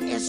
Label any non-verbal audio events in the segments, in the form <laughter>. this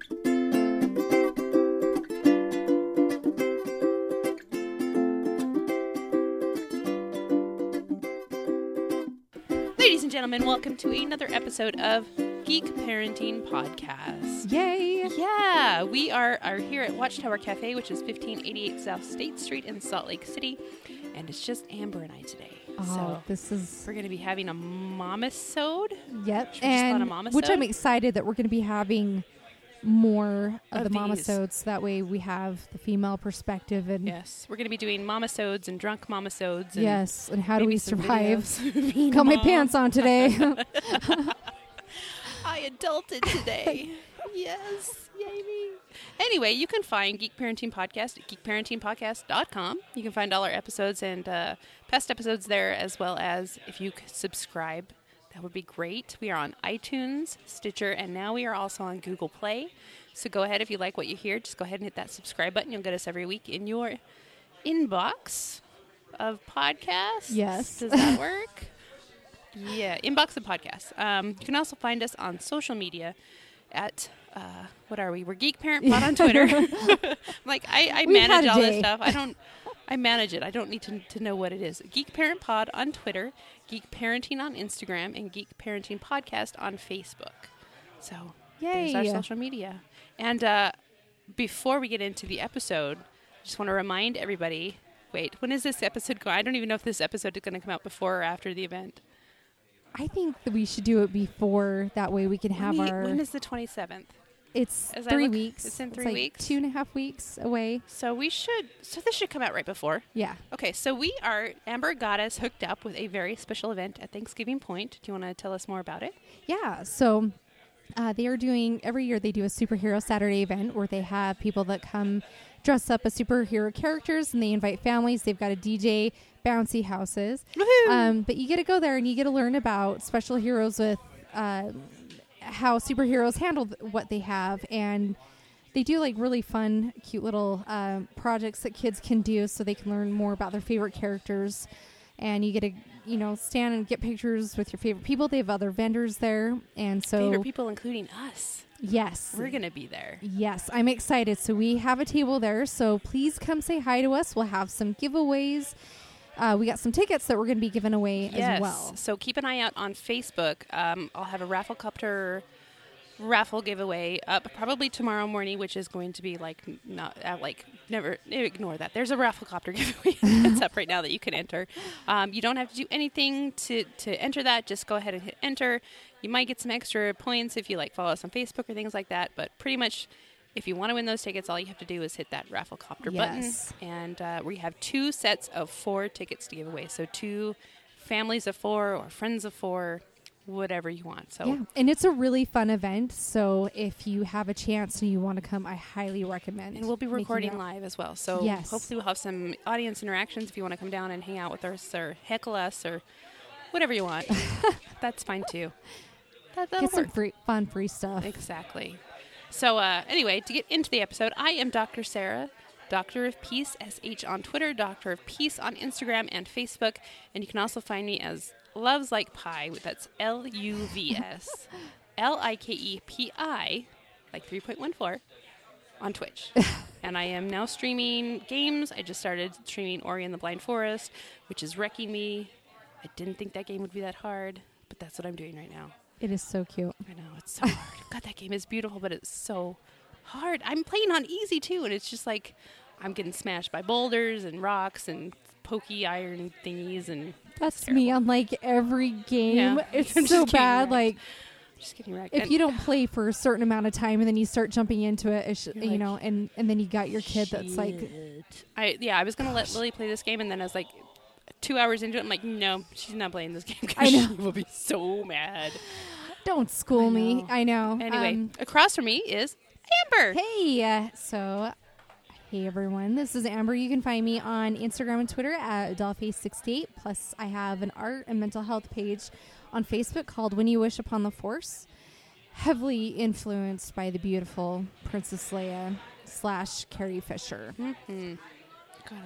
Ladies and gentlemen, welcome to another episode of Geek Parenting Podcast. Yay! Yeah, we are, are here at Watchtower Cafe, which is 1588 South State Street in Salt Lake City. And it's just Amber and I today. Oh, so this is we're going to be having a momisode. yep, Should we just let and a mama which I'm sode? excited that we're going to be having more of, Of the these. mama sodes. That way, we have the female perspective and Yes, we're going to be doing momisodes and drunk momisodes. And yes, and how do maybe we some survive? <laughs> videos. <laughs> Being Got my mom. pants on <laughs> today. <laughs> I adulted <laughs> today. yes. Yay me. Anyway, you can find Geek Parenting Podcast at geekparentingpodcast.com. You can find all our episodes and uh, past episodes there, as well as if you could subscribe. That would be great. We are on iTunes, Stitcher, and now we are also on Google Play. So go ahead if you like what you hear, just go ahead and hit that subscribe button. You'll get us every week in your inbox of podcasts. Yes. Does that work? Yeah, inbox the podcast. Um, you can also find us on social media at uh, what are we? We're Geek Parent Pod on <laughs> Twitter. <laughs> like I, I We've had manage a all this day. stuff. I don't. I manage it. I don't need to, to know what it is. Geek Parent Pod on Twitter, Geek Parenting on Instagram, and Geek Parenting Podcast on Facebook. So there's our Yay. social media. And uh, before we get into the episode, just want to remind everybody. Wait, when is this episode going? I don't even know if this episode is going to come out before or after the event. I think that we should do it before. That way, we can have When- our. when is the 27th? it's as I three look, weeks. it's in three like weeks. Two and a half weeks away. So we should. So this should come out right before. Yeah. Okay, so we are. Amber got us hooked up with a very special event at Thanksgiving Point. Do you want to tell us more about it? Yeah. So uh, they are doing every year they do a superhero Saturday event where they have people that come dress up as superhero characters and they invite families. They've got a DJ, bouncy houses. Um, but you get to go there and you get to learn about special heroes with uh, how superheroes handle th- what they have and. They do like really fun, cute little um, projects that kids can do, so they can learn more about their favorite characters and you get to you know stand and get pictures with your favorite people they have other vendors there and so Favorite people, including us. yes We're gonna be there. yes i'm excited so we have a table there so please come say hi to us we'll have some giveaways uh, we got some tickets that we're going to be giving away as well So keep an eye out on Facebook. Um, I'll have a raffle copter raffle giveaway up probably tomorrow morning, which is going to be like n- not uh, like never ignore that. There's a raffle copter <laughs> giveaway that's up right now that you can enter. Um, you don't have to do anything to to enter that. Just go ahead and hit enter. You might get some extra points if you like follow us on Facebook or things like that. But pretty much. If you want to win those tickets, all you have to do is hit that raffle copter Yes. button. And uh, we have two sets of four tickets to give away. So, two families of four or friends of four, whatever you want. So, yeah and it's a really fun event so if you have a chance and you want to come i highly recommend and we'll be making recording that. live as well. So, Yes. hopefully, we'll have some audience interactions if you want to come down and hang out with us or heckle us or whatever you <laughs> want. That's fine too. That, that'll get some work. free, fun free stuff Exactly. So, uh, anyway, to get into the episode, I am Dr. Sarah, Doctor of Peace, SH on Twitter, Doctor of Peace on Instagram and Facebook. And you can also find me as Loves Like Pie, that's L U V S <laughs> L I K E P I, like 3.14, on Twitch. and I am now streaming games. I just started streaming Ori and the Blind Forest, which is wrecking me. I didn't think that game would be that hard, but that's what I'm doing right now. it is so cute I know it's so hard. God, that game is beautiful, but it's so hard. I'm playing on easy too, and it's just like I'm getting smashed by boulders and rocks and pokey iron thingies, and that's me on like every game Yeah. <laughs> it's <laughs> I'm just so getting bad wrecked. like just getting wrecked. if And you don't play for a certain amount of time and then you start jumping into it, it's, You're you like, know, and and then you got your kid that's like, I yeah, I was gonna let Lily play this game, and then I was like. Two hours into it, I'm like, no, she's not playing this game. 'cause I know. She will be so mad. don't school me. know. I know. Anyway, Um, across from me is Amber. hey, uh, so Hey everyone, this is Amber. You can find me on Instagram and Twitter at dollface68. Plus, I have an art and mental health page on Facebook called When You Wish Upon the Force, heavily influenced by the beautiful Princess Leia slash Carrie Fisher. Mm-hmm.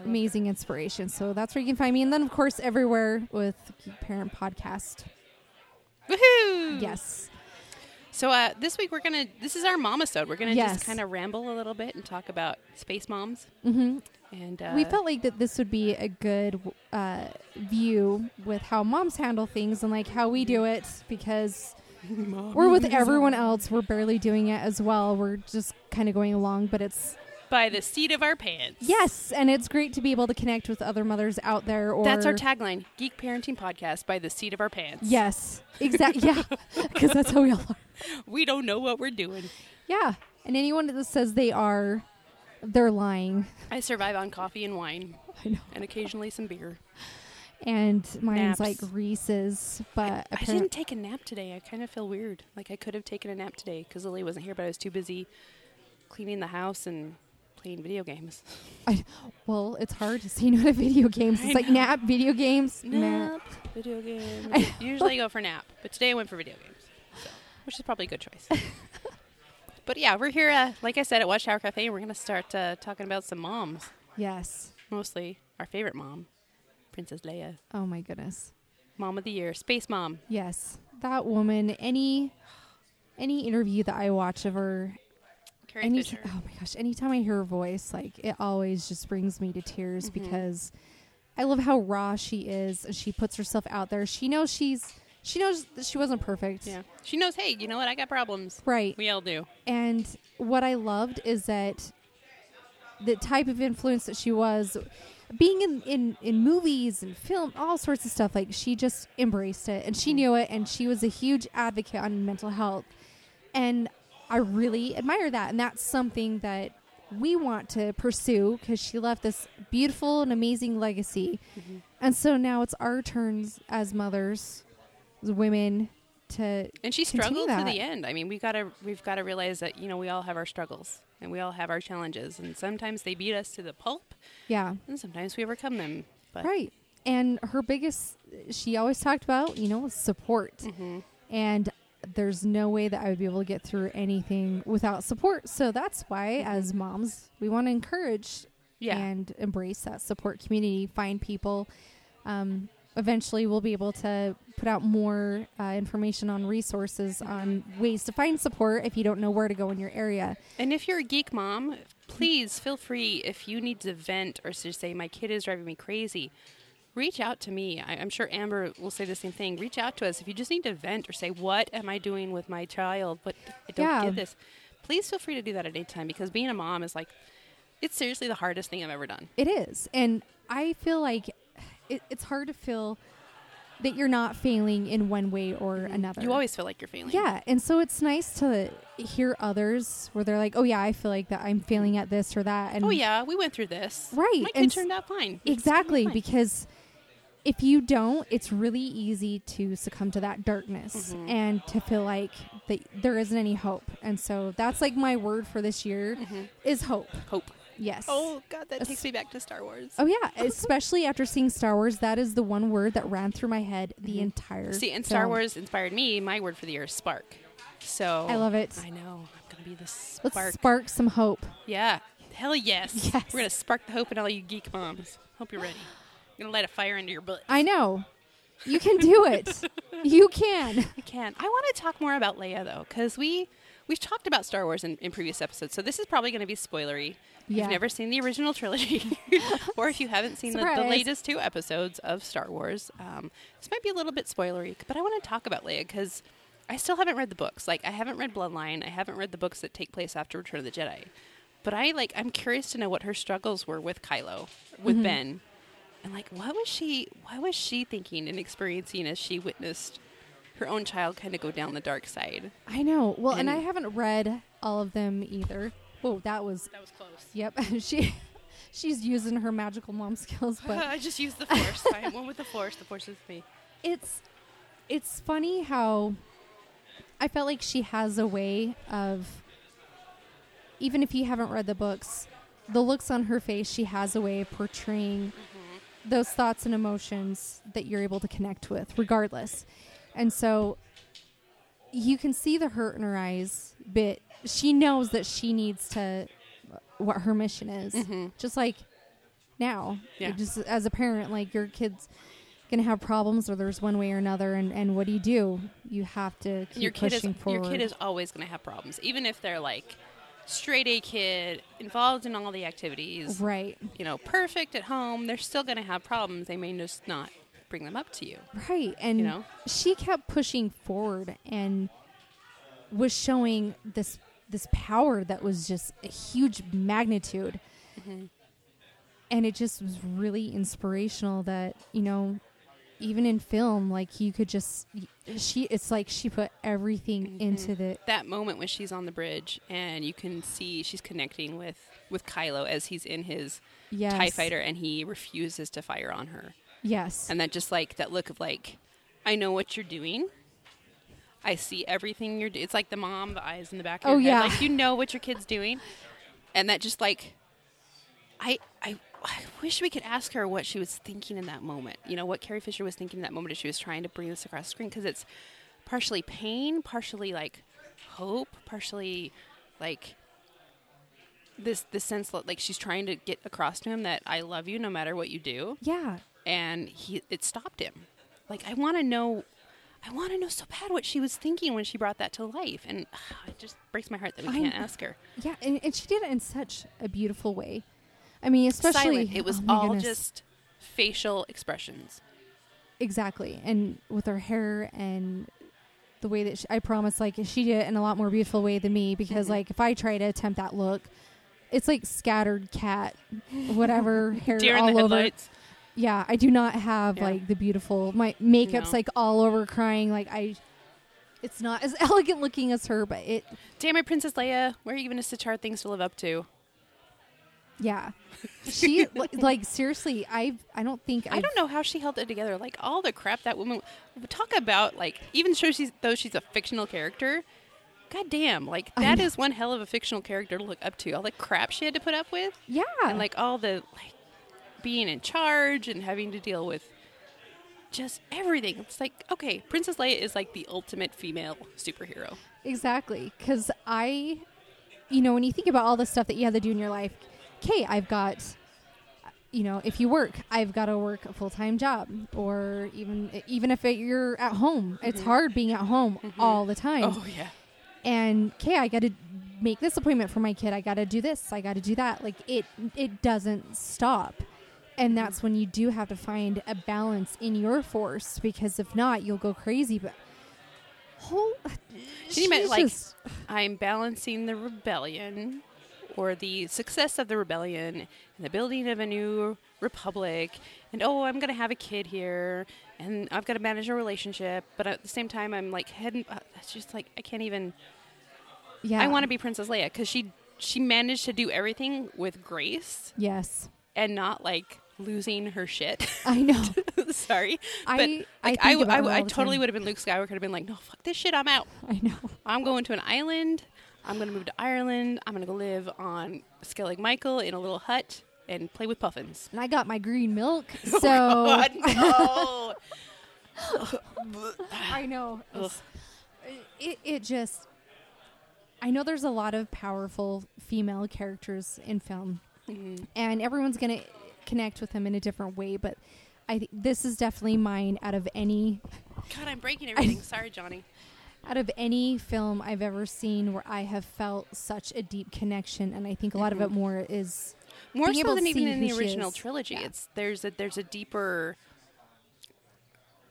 Amazing inspiration. So that's where you can find me. And then, of course, everywhere with Geek Parent Podcast. Woohoo! Yes. So uh, this week we're gonna. This is our momisode. We're gonna Yes. just kind of ramble a little bit and talk about space moms. Mm-hmm. And uh, we felt like that this would be a good uh, view with how moms handle things and like how we do it because we're with everyone else we're barely doing it as well we're just kind of going along but it's by the seat of our pants. yes and it's great to be able to connect with other mothers out there or That's our tagline: Geek Parenting Podcast by the seat of our pants. yes exactly <laughs> yeah because that's how we all are We don't know what we're doing. yeah and anyone that says they are they're lying I survive on coffee and wine, I know. and occasionally some beer. and Naps. mine's like reese's but I Uh, apparent- didn't take a nap today. I kind of feel weird. Like I could have taken a nap today because Lily wasn't here, but I was too busy cleaning the house and playing video games. I, well, it's hard to say <laughs> no to video games. It's like nap, video games, <laughs> nap. video <laughs> games. Usually I go for nap, but today I went for video games, so- which is probably a good <laughs> choice. but yeah, we're here. Uh, like I said, at Watchtower Cafe, and we're gonna start uh, talking about some moms, Yes. mostly our favorite mom, Princess Leia, Oh my goodness. Mom of the Year, Space Mom. Yes, that woman. Any, any interview that I watch of her, Carrie any. Fisher. Oh my gosh! Anytime I hear her voice, like it always just brings me to tears Mm-hmm. because I love how raw she is. and She puts herself out there. She knows she's. She knows that she wasn't perfect. Yeah, she knows. Hey, you know what? I got problems. Right. We all do. And what I loved is that the type of influence that she was being in, in, in movies and film, all sorts of stuff, like she just embraced it and she Mm-hmm. knew it and she was a huge advocate on mental health. And I really admire that. And that's something that we want to pursue because she left this beautiful and amazing legacy. Mm-hmm. And so now it's our turns as mothers, as women, to and she continue struggled to that. the end. I mean, we gotta we've gotta realize that you know we all have our struggles and we all have our challenges, and sometimes they beat us to the pulp, Yeah. and sometimes we overcome them. But Right. And her biggest, she always talked about, you know, was support. Mm-hmm. And there's no way that I would be able to get through anything without support. So that's why, as moms, we want to encourage Mm-hmm. Yeah. and embrace that support community, find people. Um, eventually, we'll be able to put out more uh, information on resources on ways to find support if you don't know where to go in your area. and if you're a geek mom, please feel free if you need to vent or to say my kid is driving me crazy. Reach out to me. I, I'm sure Amber will say the same thing. Reach out to us if you just need to vent or say, "What am I doing with my child? What I don't Yeah. get this." Please feel free to do that at any time because being a mom is like, it's seriously the hardest thing I've ever done. It is. And I feel like it, it's hard to feel that you're not failing in one way or another. Mm-hmm. You always feel like you're failing. Yeah. And so it's nice to hear others where they're like, oh, yeah, I feel like that I'm failing at this or that. And Oh yeah, we went through this. Right, My kid and s- turned out fine. It's totally Exactly. fine. Because if you don't, it's really easy to succumb to that darkness Mm-hmm. and to feel like that there isn't any hope. And so that's like my word for this year is hope. hope. Yes. Mm-hmm. Oh god, that takes me back to Star Wars. Oh yeah, especially after seeing Star Wars, that is the one word that ran through my head the entire. See, and Star film. Wars inspired me. My word for the year is spark. So I love it. I know. I'm gonna be the spark. Let's spark some hope. yeah. Hell yes. Yes. We're gonna spark the hope in all you geek moms. Hope you're ready. I'm gonna light a fire under your butt. I know, you can do it. <laughs> you can. I can. I want to talk more about Leia though, because we we've talked about Star Wars in, in previous episodes, so this is probably going to be spoilery. If Yeah. you've never seen the original trilogy, <laughs> or if you haven't seen the, the Surprise. latest two episodes of Star Wars, um, this might be a little bit spoilery. But I want to talk about Leia because I still haven't read the books. Like I haven't read Bloodline. I haven't read the books that take place after Return of the Jedi. But I like. I'm curious to know what her struggles were with Kylo, Mm-hmm. with Ben, and like what was she? What was she thinking and experiencing as she witnessed her own child kind of go down the dark side? I know. Well, and, I And- haven't read all of them either. Whoa, that was. That was close. Yep, <laughs> she, she's using her magical mom skills, but <laughs> I just used the force. I am one with the force. The force is me. it's it's funny how I felt like she has a way of even if you haven't read the books the looks on her face, she has a way of portraying those thoughts and emotions that you're able to connect with, regardless. And so you can see the hurt in her eyes, but she knows that she needs to what her mission is. Just like now, Yeah. just as a parent, like your kids gonna have problems or there's one way or another and, and what do you do you have to keep your kid is pushing forward your kid is always going to have problems, even if they're like straight A kid involved in all the activities, right you know, perfect at home. They're still going to have problems. They may just not bring them up to you. Right. And You know? she kept pushing forward and was showing this this power that was just a huge magnitude. Mm-hmm. And it just was really inspirational that, you know, even in film, like you could just she it's like she put everything Mm-hmm. into the That moment when she's on the bridge and you can see she's connecting with with Kylo as he's in his Yes. Tie Fighter and he refuses to fire on her. Yes. and that just like that look of like i know what you're doing i see everything you're doing it's like the mom the eyes in the back of your Oh, head yeah. like you know what your kid's doing and that just like I, I i wish we could ask her what she was thinking in that moment you know what carrie fisher was thinking in that moment as she was trying to bring this across the screen because it's partially pain partially like hope partially like this this sense that, like she's trying to get across to him that i love you no matter what you do yeah. and he it stopped him. Like I want to know, I want to know so bad what she was thinking when she brought that to life, and ah, it just breaks my heart that we I'm- can't ask her. Yeah. And, and she did it in such a beautiful way. I mean, especially Silent. It was oh my all goodness. just facial expressions. Exactly. And with her hair and the way that she, I promise, like, she did it in a lot more beautiful way than me Mm-hmm. because, like, if I try to attempt that look, it's like scattered cat, <laughs> whatever hair Deer in all the over. headlights. Yeah, I do not have Yeah. like the beautiful. My makeup's No. like all over crying. Like I, it's not as <laughs> elegant looking as her, but it. Damn it, Princess Leia! Where are you giving us such hard things to live up to? Yeah, she li- like seriously. I I don't think I I've- don't know how she held it together. Like all the crap that woman talk about. Like even though she's though she's a fictional character, god damn! Like I that know. is one hell of a fictional character to look up to. All the crap she had to put up with. Yeah, and like all the like being in charge and having to deal with just everything. It's like okay, Princess Leia is like the ultimate female superhero. Exactly. Because I, you know, when you think about all the stuff that you have to do in your life, okay, I've got, you know, if you work, I've got to work a full time job, or even even if it, you're at home, it's Mm-hmm. hard being at home all the time. yeah, And okay, I got to make this appointment for my kid. I got to do this. I got to do that. Like it, it doesn't stop. And that's when you do have to find a balance in your force because if not, you'll go crazy. But whole, she meant she's like just- I'm balancing the rebellion or the success of the rebellion and the building of a new republic and oh i'm going to have a kid here and i've got to manage a relationship but at the same time i'm like heading uh, it's just like i can't even Yeah. i want to be princess leia because she she managed to do everything with grace Yes. and not like losing her shit. <laughs> I know. <laughs> Sorry, I- but I like, think I, about I, her all I the totally time. would have been Luke Skywalker. Have been like, no, fuck this shit. I'm out. I know. I'm going to an island. I'm going to move to Ireland. I'm going to go live on Skellig Michael in a little hut and play with puffins. And I got my green <laughs> milk. So Oh God, <laughs> no. <laughs> I know. It, it just. I know there's a lot of powerful female characters in film, Mm-hmm. and everyone's going to connect with them in a different way, but. I th- this is definitely mine out of any God, I'm breaking everything. Sorry, Johnny. out of any film I've ever seen where I have felt such a deep connection, and I think a lot of it more is Mm-hmm. More being so able to than even see in who the she original is. trilogy. Yeah. It's there's a there's a deeper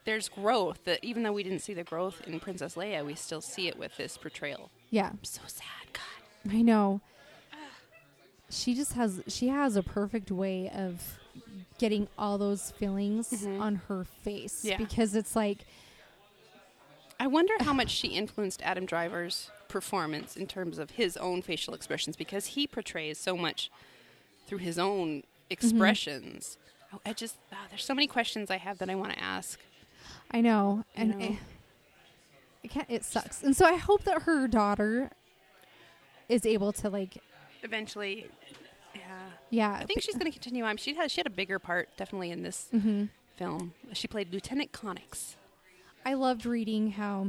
there's growth that even though we didn't see the growth in Princess Leia, we still see it with this portrayal. yeah so sad. God. I know. She just has she has a perfect way of getting all those feelings on her face Mm-hmm. Yeah. because it's like I wonder how much she influenced Adam Driver's performance in terms of his own facial expressions because he portrays so much through his own expressions. Mm-hmm. Oh, I just ah, there's so many questions I have that I want to ask. I know and know. It, it, can't, it sucks. And so I hope that her daughter is able to like Eventually Yeah. Yeah. I think she's going to continue on. She had she had a bigger part definitely in this film. She played Lieutenant Connix. I loved reading how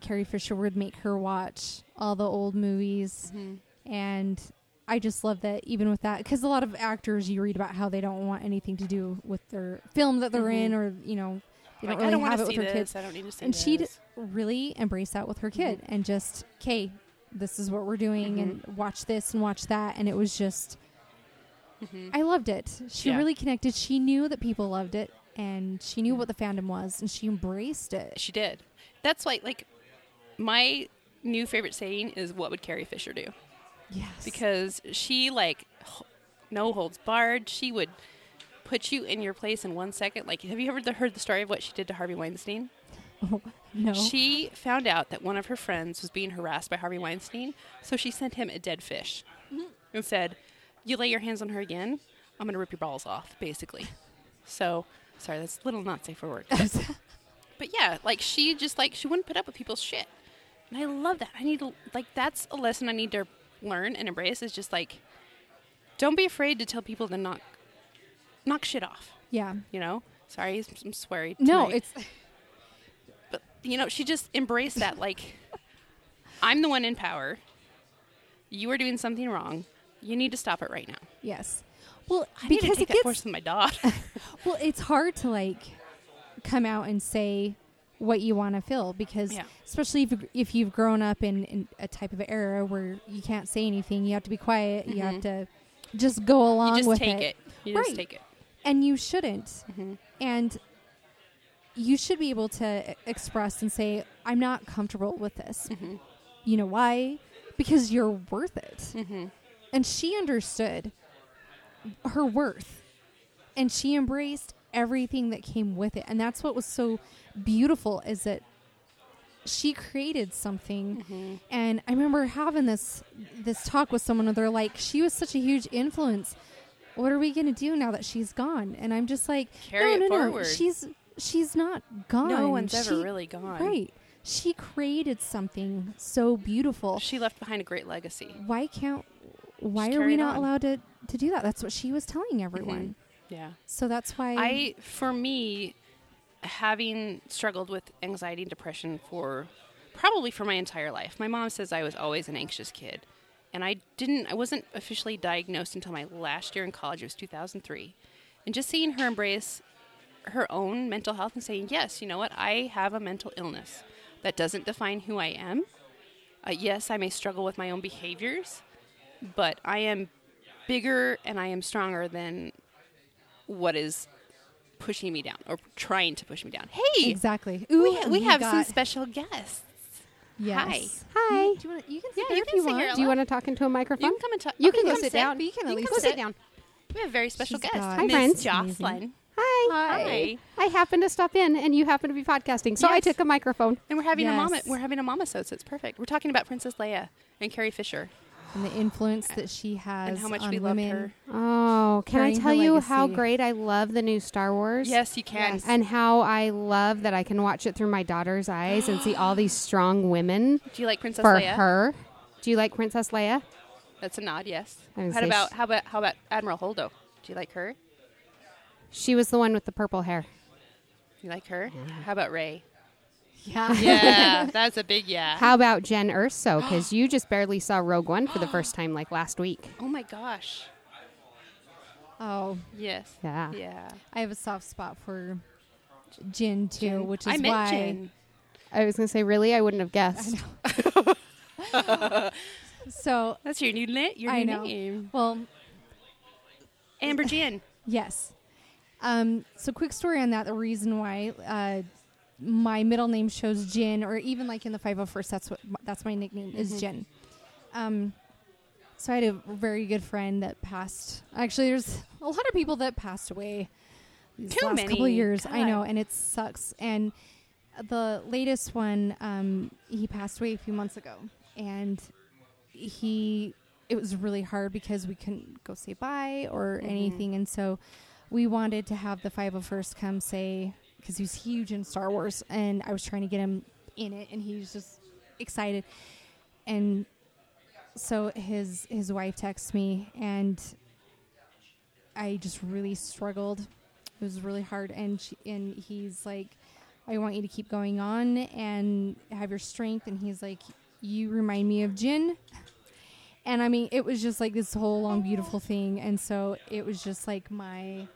Carrie Fisher would make her watch all the old movies, Mm-hmm. and I just love that. Even with that, because a lot of actors you read about how they don't want anything to do with their film that they're in, or you know, Mm-hmm. they Like, I don't really don't wanna have it see with their this. kids. I don't need to see And she d- this. Mm-hmm. really embraced that with her kid, and just, okay, this is what we're doing, Mm-hmm. and watch this and watch that, and it was just. I loved it. She Mm-hmm. Yeah. really connected. She knew that people loved it, and she knew what the fandom was, and she embraced it. She did. That's like like my new favorite saying is what would Carrie Fisher do? Yes. because she like h- no holds barred. She would put you in your place in one second. Like, have you ever th- heard the story of what she did to Harvey Weinstein? no. She found out that one of her friends was being harassed by Harvey Weinstein, so she sent him a dead fish Mm-hmm. and said, "You lay your hands on her again, I'm gonna rip your balls off." Basically, so sorry, that's a little not safe for work. <laughs> But yeah, like she just like she wouldn't put up with people's shit. And I love that. I need to like that's a lesson I need to learn and embrace is just like don't be afraid to tell people to knock knock shit off, yeah. you know? Sorry, I'm, I'm sweary. No, tonight. it's but you know, she just embraced that like <laughs> I'm the one in power. You are doing something wrong. You need to stop it right now. yes. Well, I need to because take it that gets course with my dog. <laughs> well, it's hard to like come out and say what you want to feel because Yeah. especially if, if you've grown up in, in a type of era where you can't say anything, you have to be quiet, you have to just go along Mm-hmm. you just with take it. it. You Right. just take it. Mm-hmm. and you shouldn't. And you should be able to e- express and say, I'm not comfortable with this. Mm-hmm. You know why? Because you're worth it. Mm-hmm. And she understood her worth and she embraced everything that came with it. And that's what was so beautiful is that she created something Mm-hmm. and i remember having this this talk with someone and they're like she was such a huge influence what are we going to do now that she's gone and i'm just like Carry no it no no forward. she's she's not gone No one's ever She- really gone. right she created something so beautiful She left behind a great legacy. why can't why Just are carry we it not on. Mm-hmm. allowed to to do that that's what she was telling everyone Yeah. so that's why I, for me, having struggled with anxiety and depression for probably for my entire life. My mom says I was always an anxious kid, and I didn't. I wasn't officially diagnosed until my last year in college. It was 2003, and just seeing her embrace her own mental health and saying, "Yes, you know what? I have a mental illness. That doesn't define who I am. Uh, yes, I may struggle with my own behaviors, but I am." bigger and i am stronger than what is pushing me down or trying to push me down. Hey, exactly we, Ooh, we have some got- special guests. yes. Hi. Do you, wanna, you can sit Yeah, there you if can you sit want. here. Do Hmm? you want to talk into a microphone? You can come and talk- You okay, can go come sit sit, down. but you can at least go sit. sit down. We have a very special She's guest. got- Hi, Miss friends. Jocelyn. Hi. Hi. I happened to stop in, and you happened to be podcasting, so I Yes. took a microphone. And we're having a mama. Yes. We're having a mama so it's perfect. We're talking about Princess Leia and Carrie Fisher and the influence that she has and how much on we women. loved her. Oh, can I Carrying her tell you how legacy. great I love the new Star Wars? Yes, you can. And how I love that I can watch it through my daughter's eyes and see all these strong women Do you like Princess for Leia? her. Do you like Princess Leia? That's a nod. Yes. I was How gonna say about she- how about how about Admiral Holdo? Do you like her? She was the one with the purple hair. You like her? How about Ray? <laughs> Yeah. Yeah, <laughs> that's a big yeah. How about Jen <gasps> Urso? Because you just barely saw Rogue One for the first time, like last week. oh my gosh. Oh, Yes. Yeah. Yeah. I have a soft spot for Jin too, which is I met why Jin. I was gonna say, really, I wouldn't have guessed. <laughs> So That's your new, na- your I new know. name. Well, <laughs> Amber Jin. yes. Um, so quick story on that. The reason why uh, my middle name shows Jin, or even like in the 501st, that's what that's my nickname Mm-hmm. is Jin. Um, so I had a very good friend that passed. Actually, there's a lot of people that passed away these Too last couple of many. years. I God. know, and it sucks. And the latest one, um, he passed away a few months ago, and he it was really hard because we couldn't go say bye or anything, and so we wanted to have the 501st come say because he was huge in Star Wars, and I was trying to get him in it, and he was just excited, and so his his wife texts me and I just really struggled. It was really hard and she, and he's like I want you to keep going on and have your strength and he's like you remind me of Jin. And I mean it was just like this whole long beautiful thing and so it was just like my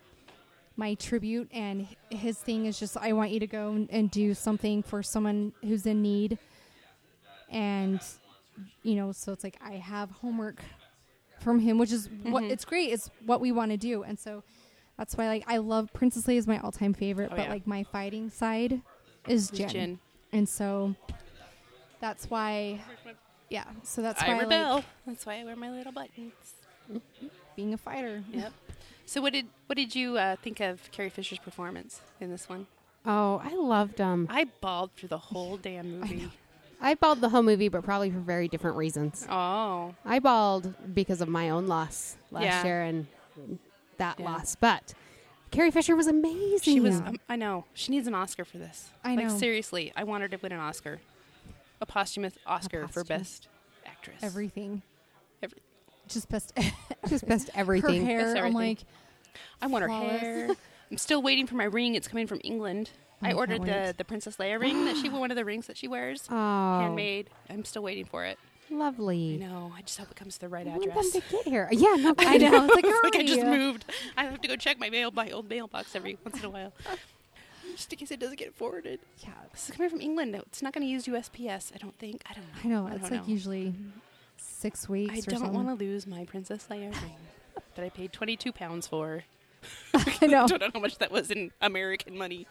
my tribute and h- his thing is just I want you to go and- and do something for someone who's in need and you know so it's like I have homework from him which is what Mm-hmm. it's great it's what we want to do and so that's why like I love Princess Leia is my all-time favorite Oh, but yeah. like my fighting side is Jen. Jin. and so that's why yeah so that's I why rebel. I like That's why I wear my little buttons. being a fighter <laughs> Yep. so what did what did you uh, think of Carrie Fisher's performance in this one? Oh, I loved him. I bawled through the <laughs> whole damn movie. I bawled the whole movie, but probably for very different reasons. Oh, I bawled because of my own loss last Yeah. year and that Yeah. loss. But Carrie Fisher was amazing. she was. Yeah. Um, I know she needs an Oscar for this. I like, know. Seriously, I want her to win an Oscar, a posthumous Oscar for posthumous. best actress. everything Every- just <laughs> best just best everything. her hair Best I'm everything. like I want her <laughs> flawless. hair. I'm still waiting for my ring. It's coming from England. I can't ordered the, wait. the Princess Leia ring that she one of the rings that she wears, Oh, handmade. I'm still waiting for it. lovely. No, I just hope it comes to the right I want address. them <laughs> to get here. Yeah, no, I know it's like, It's like I "Hurry." just moved. I have to go check my mail, my old mailbox every once in a while, <laughs> just in case it doesn't get forwarded. yeah This is coming from England. though. It's not going to use USPS. I don't think. I don't know. I know I it's don't like usually six weeks I or don't something want to lose my Princess Leia <laughs> ring that I paid 22 pounds for. <laughs> I <laughs> know. I don't know how much that was in American money.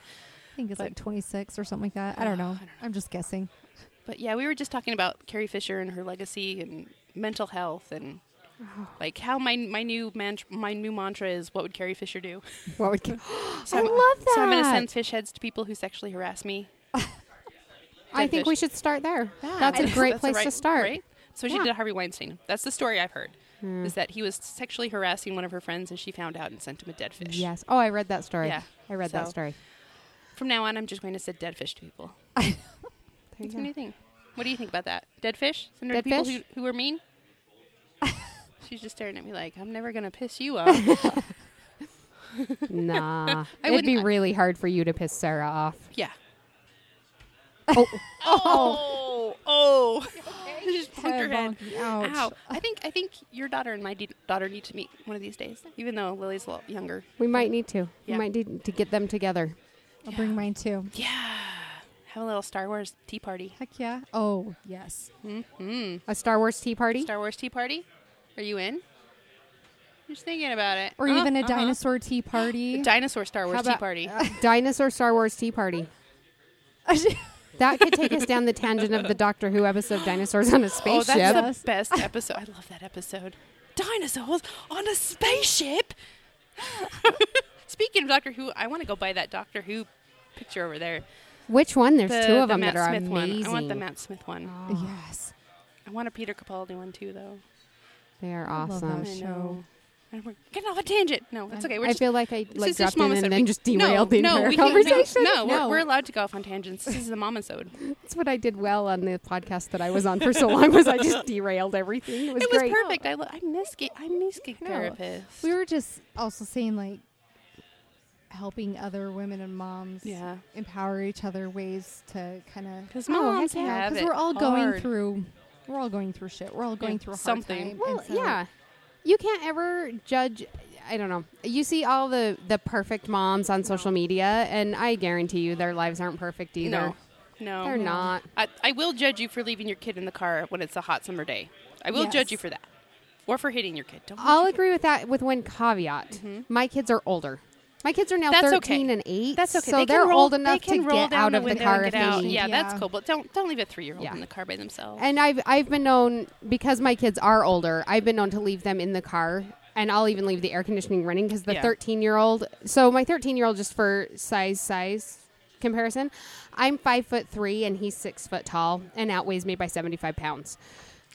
I think it's But- Oh, like 26 or something like that. I don't know. I'm just guessing. But yeah, we were just talking about Carrie Fisher and her legacy and mental <sighs> health and like how my my new man, my new mantra is what would Carrie Fisher do? What would <gasps> Ca- So I I'm- love that. So I'm gonna send fish heads to people who sexually harass me. I think we fish. should start there. That's a That's- great that's place right- to start. Right? So she Yeah. Hmm. did a Harvey Weinstein. That's the story I've heard. Is that he was sexually harassing one of her friends and she found out and sent him a dead fish. Yes. Oh, I read that story. Yeah. I read that So- <laughs> story. From now on, I'm just going to send dead fish to people. There That's you my go. new thing. What do you think about that? Dead fish? Send her Dead to people fish? Who, who are mean? She's just staring at me like, I'm never going to piss you off. Nah, I it'd be wouldn't- really hard for you to piss Sarah off. yeah. Oh, <laughs> Oh, oh! <laughs> she just poked her Head head. bonking. Ouch. Ow! I think I think your daughter and my de- daughter need to meet one of these days. Even though Lily's a lot younger. we might need to. Yeah. We might need to get them together. I'll bring mine too. Yeah. Have a little Star Wars tea party. Heck yeah. Oh, yes. A Star Wars tea party. Mm-hmm. Star Wars tea party? Are you in? Just thinking about it. Or Uh, even a uh-huh. dinosaur <gasps> tea party. Dinosaur Star Wars tea about- uh, party. Dinosaur Star Wars tea <laughs> party. That could take us down the tangent of the Doctor Who episode Dinosaurs on a Oh, Spaceship. that's the best episode. I love that episode. Dinosaurs on a spaceship. <laughs> Speaking of Doctor Who, I want to go buy that Doctor Who picture over there. Which one? There's The- two of the them Matt that are Smith amazing. Oh. one. I want the Matt Smith one. yes. I want a Peter Capaldi one too, though. They are love awesome. those. I Show. know. And we're getting off a tangent. No, that's okay. We're I just, feel like I this like is just dropped in Mamasode. and then We- just derailed the no, entire we can't- conversation. No, We're, we're allowed to go off on tangents. This is the mama sode. That's what I did well on the podcast that I was on for so long was I just derailed everything. It was, It was great. perfect. I, lo- I miss ga- I miss gig No. therapists. We were just also saying like helping other women and moms Yeah. empower each other ways to kind of because Oh, moms heck yeah, have because it we're all going hard. through we're all going through shit. We're all going Yeah, through a hard something. time. Well, And so- yeah. You can't ever judge. I don't know. You see all the the perfect moms on social media, and I guarantee you their lives aren't perfect either. No, no, They're not. I, I will judge you for leaving your kid in the car when it's a hot summer day. I will Yes. judge you for that, or for hitting your kid. Don't I'll judge agree with that with one caveat. My kids are older. My kids are now Mm-hmm. That's 13 okay. and 8. That's okay. So they can they're roll- old they enough to can roll get out down of the window car and if get out. they need. Yeah, Yeah. that's cool. But don't don't leave a three year old Yeah. in the car by themselves. And I've I've been known because my kids are older. I've been known to leave them in the car, and I'll even leave the air conditioning running because the Yeah. thirteen year old. So my thirteen year old, just for size size comparison, I'm five foot three and he's six foot tall and outweighs me by seventy five pounds.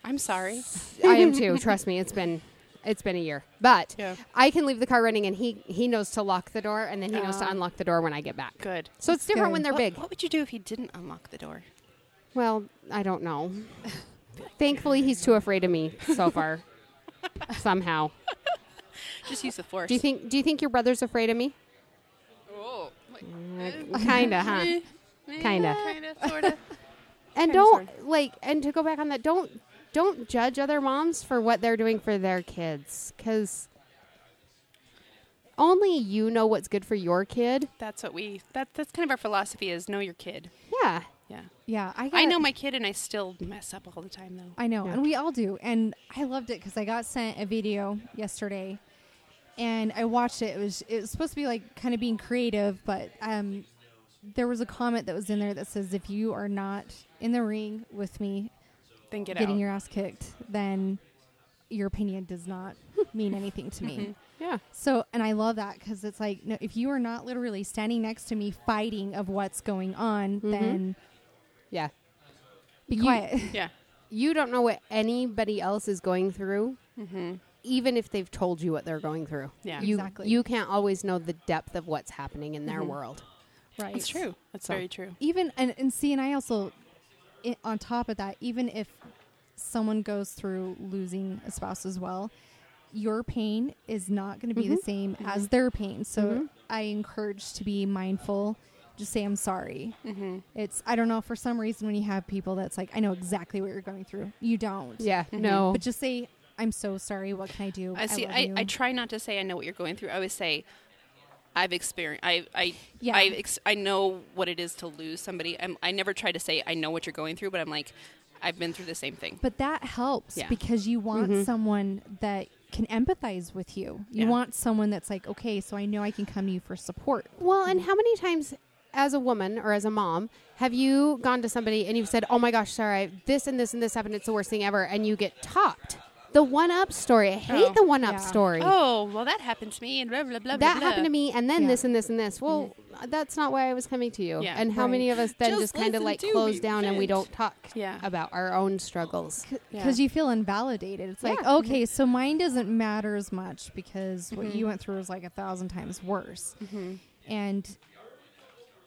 I'm sorry. I <laughs> am too. Trust me, it's been it's been a year, but Yeah. I can leave the car running, and he he knows to lock the door, and then he knows to unlock the door when I get back. Ah. Good. So it's different good. when they're What- big. What would you do if he didn't unlock the door? Well, I don't know. <laughs> Thankfully, he's too afraid of me so <laughs> far. Somehow. Just use the force. Do you think? Do you think your brother's afraid of me? Oh, Kinda, huh? Kinda. Eh, Kinda, sorta. And Kinda, don't like. And to go back on that, don't don't judge other moms for what they're doing for their kids, because only you know what's good for your kid. That's what we. That that's kind of our philosophy is know your kid. Yeah. Yeah. Yeah, I, I got- know my kid, and I still mess up all the time though. I know, Yeah. and we all do. And I loved it because I got sent a video yesterday, and I watched it. It was it was supposed to be like kind of being creative, but um, there was a comment that was in there that says, "If you are not in the ring with me, then get getting out. your ass kicked, then your opinion <laughs> does not mean anything to me." Yeah. So, and I love that because it's like, no, if you are not literally standing next to me fighting of what's going on, Mm-hmm. then Yeah. be quiet. <laughs> yeah. You don't know what anybody else is going through. Even if they've told you what they're going through, Yeah. you <laughs> Exactly. Mm-hmm. you can't always know the depth of what's happening in their world. right. That's true. That's So- very true. even and, and see and i also i on top of that even if someone goes through losing a spouse as well your pain is not going to be the Mm-hmm. same as their pain so i encourage to be mindful just say i'm sorry Mm-hmm. it's i don't know for some reason when you have people that's like i know exactly what you're going through you don't Mm-hmm. Yeah. No. but just say i'm so sorry what can i do I see. love I, you." I try not to say I know what you're going through. I always say I've experienced. I I Yeah. I ex- I know what it is to lose somebody. I'm, I never try to say I know what you're going through, but I'm like I've been through the same thing. But that helps Yeah. because you want Mm-hmm. someone that can empathize with you. You Yeah. want someone that's like, okay, so I know I can come to you for support. Well, and how many times as a woman or as a mom have you gone to somebody and you've said, "Oh my gosh, sorry, this and this and this happened. It's the worst thing ever," and you get topped? The one-up story. I hate Oh, the one-up yeah. story. oh well, that happened to me, and blah blah blah. blah, that blah. happened to me, and then Yeah. this and this and this. Well, that's not why I was coming to you. Mm-hmm. Yeah. and how Right. many of us then Just just, kind of listen like to close me, down and we friend. don't talk Yeah. about our own struggles? Because you feel invalidated. It's like, Yeah. okay, so mine doesn't matter as much because what you went through is like a thousand times worse. And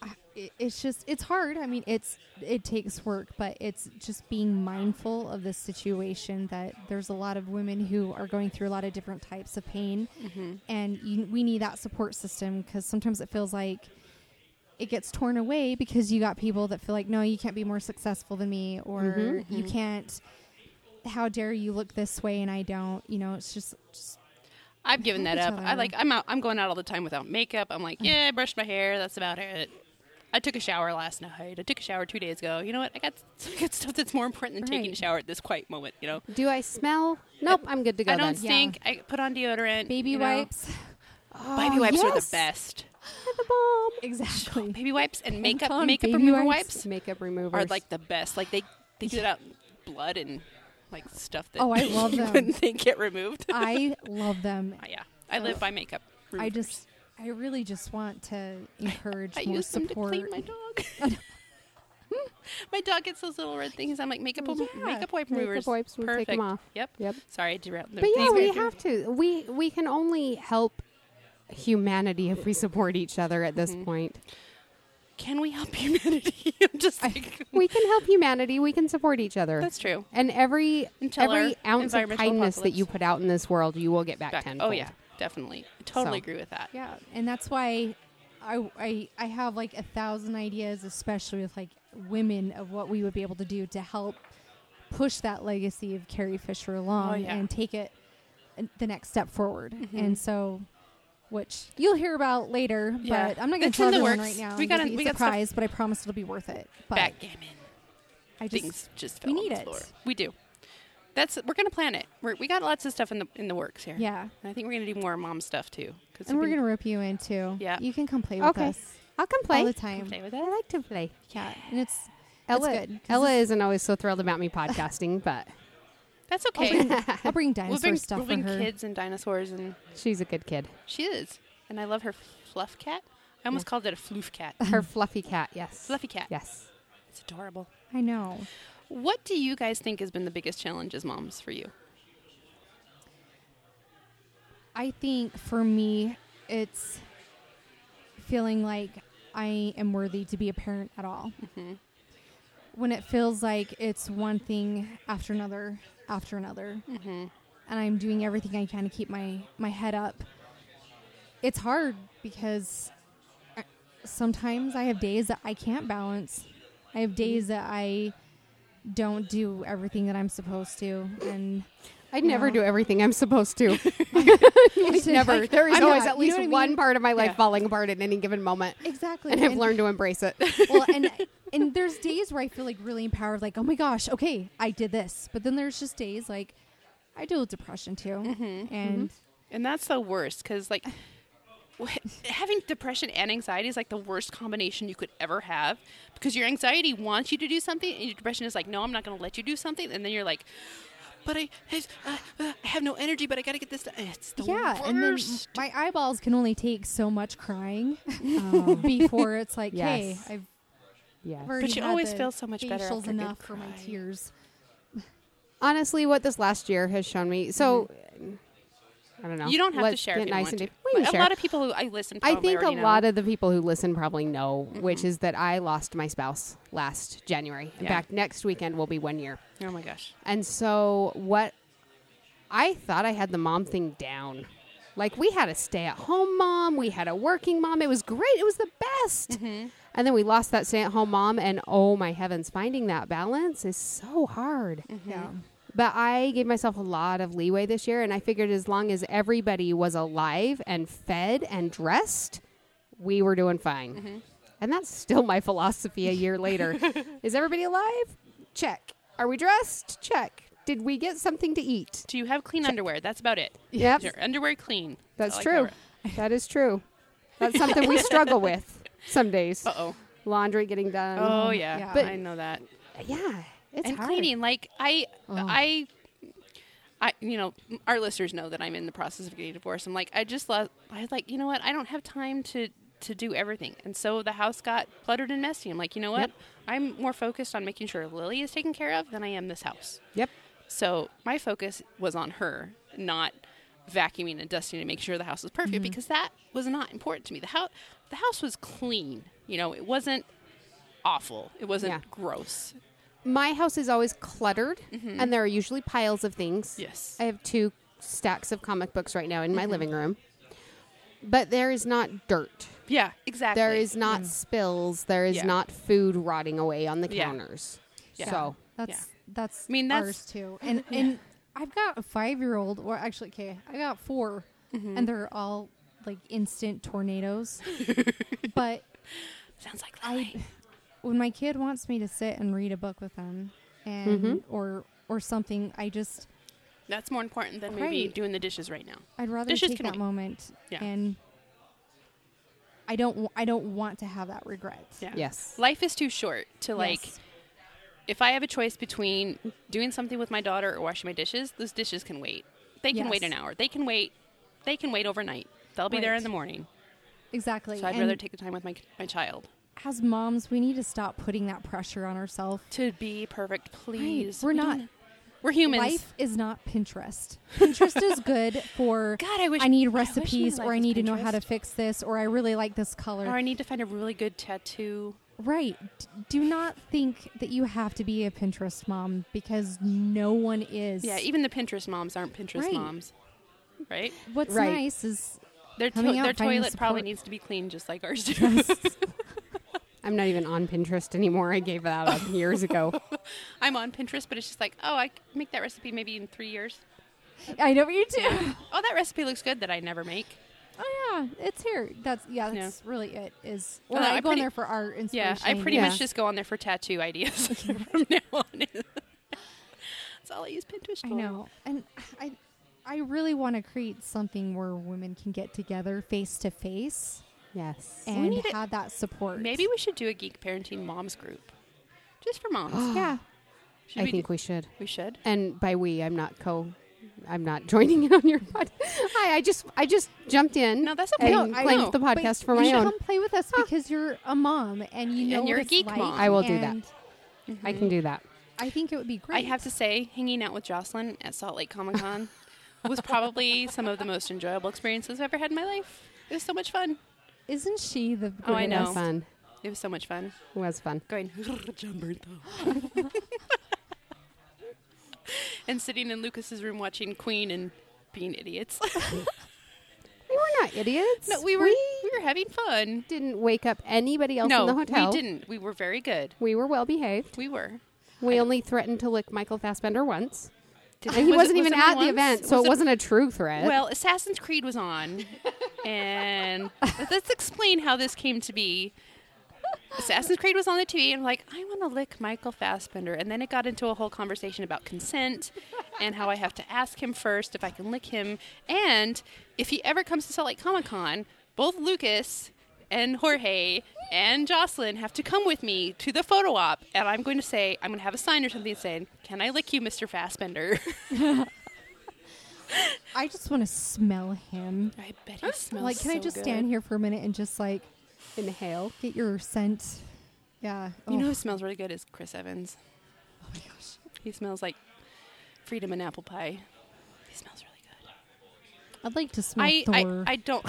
I, it- it's just, it's hard. I mean, it's, it takes work, but it's just being mindful of this situation that there's a lot of women who are going through a lot of different types of pain. And you, we need that support system because sometimes it feels like, it gets torn away because you got people that feel like, no, you can't be more successful than me, or you can't. How dare you look this way and I don't? You know, it's just, just I've given that each up. I other. like I'm out. I'm going out all the time without makeup. I'm like, yeah, I brushed my hair. That's about it. I took a shower last night. I took a shower two days ago. You know what? I got, <laughs> I got stuff that's more important than taking a Right. shower at this quiet moment. You know, Do I smell? Nope, I'm good to go. I don't then. Yeah. stink. I put on deodorant. baby you know. wipes. <laughs> baby wipes are the Oh, yes. best. Exactly. <laughs> Baby wipes and makeup on, makeup baby remover wipes. wipes, Makeup removers are like the best. Like they they get out blood and like stuff that Oh, <laughs> I love you them. wouldn't think get removed. I love them. <laughs> yeah, I live by makeup. I removers. just, I really just want to encourage I more use support. them to clean <laughs> my dog. <laughs> my dog gets those little red things. I'm like makeup makeup wipe Oh, makeup removers. wipes, we take 'em Perfect. off. Yep. Yep. Sorry, I derailed. But yeah, we have to. We we can only help humanity if we support each other at Mm-hmm. this point. Can we help <laughs> humanity? I'm just like We can help humanity. We can support each other. that's true. And every Until every our ounce of environmental kindness that apocalypse. you put out in this world, you will get back, Back- tenfold. Oh yeah, definitely. I totally So. agree with that. Yeah, and that's why I, I I have like a thousand ideas, especially with like women, of what we would be able to do to help push that legacy of Carrie Fisher along Oh, yeah. Mm-hmm. and take it uh, the next step forward. And so, which you'll hear about later, Yeah. but I'm not going It's to in tell the everyone works. right now. We gotta- You'll be we got stuff- surprised, but I promise it'll be worth it. But Backgammon. I things just just fell we on need the it. floor. We do. That's we're gonna plan it. We're, we got lots of stuff in the in the works here. Yeah. and I think we're gonna do more mom stuff too. 'cause and we're we've going been- to rope you in too. Yeah. you can come play with Okay. us I'll come play. all the time. play with I it. like to play. Yeah, and it's it's Ella, good. 'cause Ella isn't always so thrilled about me podcasting, but That's okay. I'll <laughs> bring we'll dinosaur bring, stuff we'll bring for her. kids and dinosaurs and she's a good <laughs> kid. She is. And I love her fluff cat. I almost called it a floof <laughs> cat. Her fluffy cat, yes. Fluffy cat. Yes. It's adorable. I know. What do you guys think has been the biggest challenge as moms for you? I think for me, it's Mm-hmm. feeling like I am worthy to be a parent at all. when it feels like it's one thing after another after another, Mm-hmm. and I'm doing everything I can to keep my my head up. It's hard because I- sometimes I have days that I can't balance. I have days that I don't do everything that I'm supposed to, and I never do everything I'm supposed <laughs> to. <laughs> it's never. There is always at least one part of my life Yeah. falling apart at any given moment. Exactly, And I've and- learned to embrace it. well, <laughs> and and there's days where I feel like really empowered, like oh my gosh, okay, I did this. But then there's just days like I deal with depression too, Mm-hmm, and And that's the worst because, like, wh- having depression and anxiety is like the worst combination you could ever have because your anxiety wants you to do something and your depression is like, no, I'm not going to let you do something. And then you're like, but I, I, uh, I have no energy, but I got to get this done. It's the yeah, worst. and then my eyeballs can only take so much crying <laughs> um, before it's like, hey, Yes. I've Yes. already you had always the feel so much better facials after a good enough for my cry. tears. Honestly, what this last year has shown me. So, Mm-hmm. I don't know. you don't have Let's to share get if you nice want and to. deep. We can But a share. lot of people who I listen to, I think a lot of the people who listen probably know, which is that I lost my spouse last January. In Yeah. fact, next weekend will be one year. Oh my gosh. And so what I thought I had the mom thing down. Like we had a stay at home mom, we had a working mom. It was great. It was the best. And then we lost that stay at home mom and oh my heavens, finding that balance is so hard. Yeah. But I gave myself a lot of leeway this year and I figured as long as everybody was alive and fed and dressed, we were doing fine. Mm-hmm. And that's still my philosophy a year <laughs> later. Is everybody alive? Check. Are we dressed? Check. Did we get something to <laughs> eat? Do you have clean underwear? That's about it. Yep. Is Your underwear clean. That's true. That is true. That's something we struggle <laughs> with some days. Uh oh. Laundry getting done. Oh yeah. yeah. But- I know that. yeah. It's and hard. cleaning. Like I, I, I, you know, our listeners know that I'm in the process of getting divorced. I'm like, I just love. I was like, you know what? I don't have time to to do everything, and so the house got cluttered and messy. I'm like, you know what? Yep. I'm more focused on making sure Lily is taken care of than I am this house. Yep. So my focus was on her, not vacuuming and dusting to make sure the house was Mm-hmm. perfect because that was not important to me. The house the house was clean. You know, it wasn't awful. It wasn't Yeah. gross. my house is always cluttered and there are usually piles of things. Mm-hmm. Yes. Mm-hmm. I have two stacks of comic books right now in my living room. But there is not dirt. Yeah, exactly. There is not spills. There is mm. Yeah. not food rotting away on the Yeah. counters. Yeah. So That's that's I mean, that's- ours too. <laughs> And and I've got a five year old, or actually, okay, I got 4 Mm-hmm. and they're all like <laughs> instant tornadoes. but Sounds like I when my kid wants me to sit and read a book with them and Mm-hmm. or or something, I just <laughs> That's more important than maybe Right. doing the dishes right now. I'd rather Dishes take can that wait. moment Yeah. and I don't w- I don't want to have that regret. Yeah. Yes. Life is too short to like. Yes. If I have a choice between doing something with my daughter or washing my dishes, those dishes can wait. They can wait Yes. an hour. They can wait. They can wait overnight. They'll be there Right. in the morning. exactly. So I'd And rather take the time with my my child as moms, we need to stop putting that pressure on ourselves. to be perfect. Please, We're We don't- not We're humans. Life is not Pinterest. <laughs> Pinterest is good for God, I wish- need I wish my recipes life or I was need to know how to Pinterest. fix this or I really like this color. Or I need to find a really good tattoo. Right. D- Do not think that you have to be a Pinterest mom because no one is. Yeah, even the Pinterest moms aren't Pinterest Right. moms, right? What's Right. nice <laughs> is Their to- Coming out, their finding toilet probably support. needs to be clean, just like ours <laughs> do. I'm not even on Pinterest anymore. I gave that up years ago. I'm on Pinterest, but it's just like, oh, I c- make that recipe maybe in three <laughs> years. <laughs> I know what you do. Oh, that recipe looks good that I never make. Oh yeah, it's here. That's yeah. Yeah. That's really it. Is Oh, or no, I, I go on pretty- there for art Yeah, inspiration. I pretty Yeah. much just go on there for tattoo ideas <laughs> from now on. That's all I use Pinterest for. I know, and I, I really want to create something where women can get together face to face Yes. and need it. have that support. Maybe we should do a geek parenting moms group, just for moms. yeah. <gasps> Should Ah, I we think do- we <laughs> should. we should. And by we, I'm not co. I'm not joining in on your podcast. Hi, I just I just jumped in. No, that's okay. and No, I claimed know. the But podcast for you my should own. Ah. Come play with us because you're a mom and you know And you're a what it's geek like, mom. I will do that. and I can do that. I think it would be great. I have to say, hanging out with Jocelyn at Salt Lake Comic <laughs> Con was probably some of the most enjoyable experiences I've ever had in my life. It was so much fun. Isn't she the? Oh, I greatest? know. Fun. It was so much fun. It was fun. Going, John Bernthal. and sitting in Lucas's room watching Queen and being idiots. <laughs> We were not idiots. no, we were we, were having fun. didn't wake up anybody else no, in the hotel. we didn't. We were very good. We were well behaved. We were. We only threatened to lick Michael Fassbender once. Did- And he was it- wasn't was even it at once? the event, so Was it wasn't a true threat. Well, Assassin's Creed was on, and let's explain how this came to be. Assassin's Creed was on the TV, and like, I want to lick Michael Fassbender, and then it got into a whole conversation about consent and how I have to ask him first if I can lick him, and if he ever comes to Salt Lake Comic Con, both Lucas and Jorge and Jocelyn have to come with me to the photo op, and I'm going to say I'm going to have a sign or something saying, "Can I lick you, Mr. Fassbender?" I just want to smell him. I bet <laughs> he smells like, can I so just good. stand here for a minute and just like inhale. get your scent? Yeah. You know Oh. who smells really good is Chris Evans. Oh my gosh. He smells like freedom and apple pie. He smells really good. Oh, I'd like to smell I, Thor. I I don't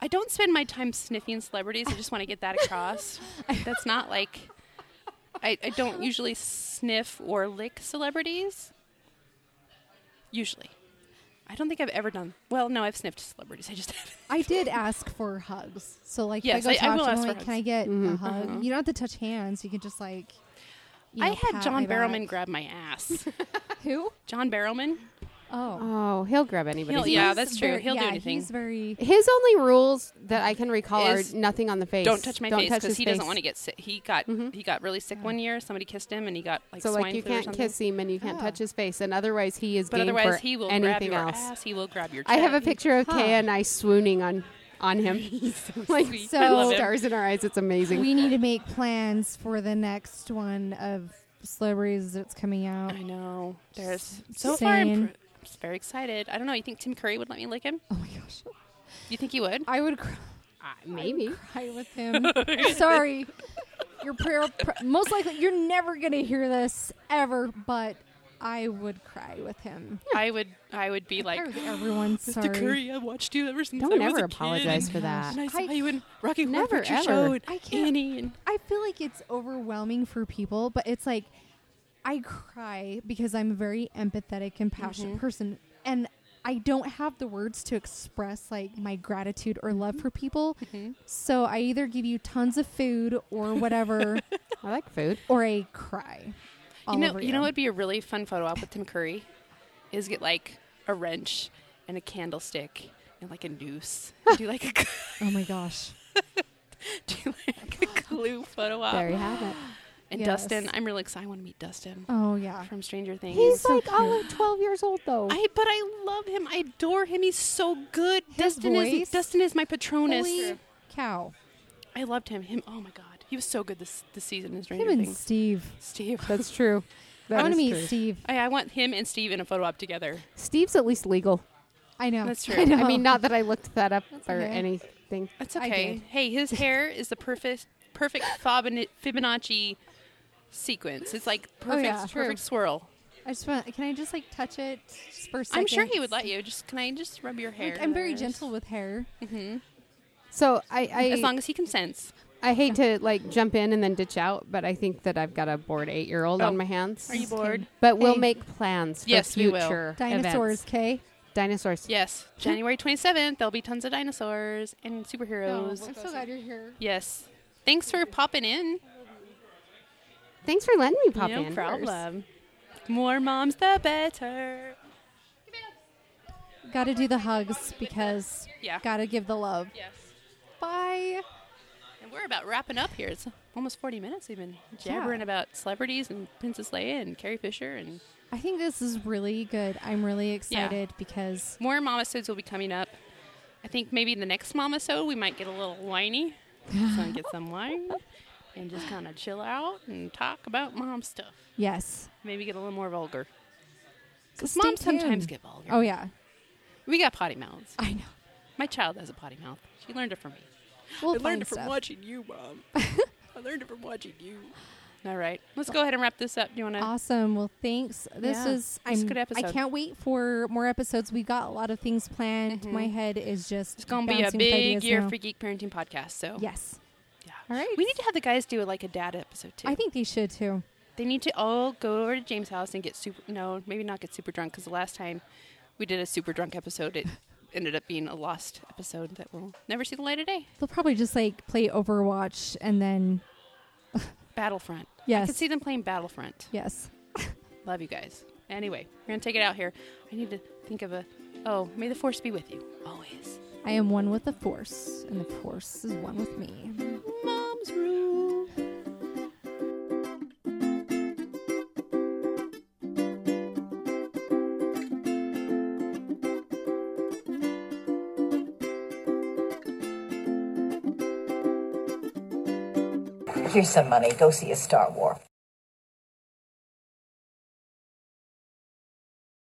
I don't spend my time sniffing celebrities. I just want to get that <laughs> across. That's not like I, I don't usually sniff or lick celebrities. Usually. I don't think I've ever done well, no, I've sniffed celebrities. I just <laughs> haven't. I did ask for hugs. So like, Yes, if I I- I go talk will to ask him, for like, can I hugs. get a hug? You don't have to touch hands. You can just like. you I know, had pat John my Barrowman back. grab my ass. <laughs> Who? John Barrowman? Oh, Oh, he'll grab anybody. He'll- yeah, He's that's true. very- He'll do yeah, anything. He's very. His only rules that I can recall Is are nothing on the face. Don't touch my face touch because his he face. Mm-hmm. doesn't want to get sick. He got he got really sick one year. Somebody kissed him and he got like So swine like you flu or can't something. Oh. kiss him and you can't Ah. touch his face, and otherwise he is But game otherwise, for he will grab anything your else. ass. He will grab your. I have a check. picture of Huh. Kay and I swooning on on <laughs> him, <laughs> like sweet. I love so him. stars in our eyes. It's amazing. We need to make plans for the next one of celebrities that's coming out. I know. There's S- so far. I'm, sane. pr- I'm just very excited. I don't know. You think Tim Curry would let me lick him? Oh my gosh, You think he would? <laughs> I would <laughs> cry, Maybe cry with <laughs> him. Sorry, your prayer. Pr- most likely, you're never gonna hear this ever, but I would cry with him. I would. I would be like, Cry with <laughs> everyone. Sorry. Mr. Curry, I've watched you ever since don't I was ever a apologize kid. for that. <laughs> And I saw I- you in Rocky Horror Never, Picture ever. Show. and I can't- Annie and I feel like it's overwhelming for people, but it's like I cry because I'm a very empathetic and passionate Mm-hmm. person and I don't have the words to express like my gratitude or love for people. Mm-hmm. So I either give you tons of food <laughs> or whatever I like food. or I cry. all you know, over you know what'd be a really fun photo op with Tim Curry is get like a wrench and a candlestick and like a noose. And do like a <laughs> Oh my gosh. do like a glue photo op. There you have <gasps> it. and Yes. Dustin, I'm really excited. I want to meet Dustin Oh yeah. from Stranger Things. He's like all of twelve years old though. I but I love him. I adore him. He's so good. Dustin voice? is Dustin is my patronus. Holy cow. I loved him. Him. Oh my god, he was so good this this season in Stranger Him and Things. Steve. Steve. That's true. That I want is to meet true. Steve. <laughs> I, I want him and Steve in a photo op together. Steve's at least <laughs> legal. I know. That's true. I, know. I mean, not that I looked that up or okay. anything. That's I okay. did. Hey, his hair is the perfect perfect Fabin- Fibonacci sequence. It's like perfect Oh, yeah. True. perfect swirl. I just want can I just like touch it just for a second? I'm sure he would let you. Just can I just rub your hair? Like, I'm very gentle with hair. So I, I As long as he consents. I hate to like jump in and then ditch out, but I think that I'i've got a bored eight year old Oh. on my hands. Are you bored? But we'll Hey. make plans for Yes, we will. future Dinosaurs, events. okay? Dinosaurs. <laughs> Yes. January 27th, there'll be tons of dinosaurs and superheroes. I'm so glad you're here. Yes. Thanks for popping in. Thanks for letting me pop in. no first. problem. More moms, the better. Gotta do the hugs because Yeah. gotta give the love. Yes. Bye. And we're about wrapping up here. It's almost 40 minutes we've been jabbering about celebrities and Princess Leia and Carrie Fisher. And I think this is really good. I'm really excited because more momisodes will be coming up. I think maybe the next momisode we might get a little whiny. Just gonna get some wine and just kind of chill out and talk about mom stuff. yes. Maybe get a little more vulgar. Because Stay moms sometimes tuned. get vulgar. Oh yeah. We got potty mouths. I know. <laughs> My child has a potty mouth. She learned it from me. I We'll learned find it from stuff. watching you, Mom. I learned it from watching you. All right. Let's go ahead and wrap this up. Do you want to? Awesome. Well, thanks. This Yeah. is It's a I'm good I episode. can't wait for more episodes. We got a lot of things planned. My head is just Mm-hmm. It's going to be a bouncing with big ideas year now. for Geek Parenting Podcast. So, Yes. yeah. All right. We need to have the guys do like a dad episode too. I think they should too. they need to all go over to James' house and get super. No, maybe not get super drunk because the last time we did a super drunk episode, it ended up being a lost episode that will never see the light of day. They'll probably just like play Overwatch and then Battlefront. I Yes. can see them playing Battlefront. yes. Love you guys. Anyway, we're gonna take it out here. I need to think of a. Oh, may the force be with you always. I am one with the force, and the force is one with me. Mom's rule. Here's some money. Go see a Star War.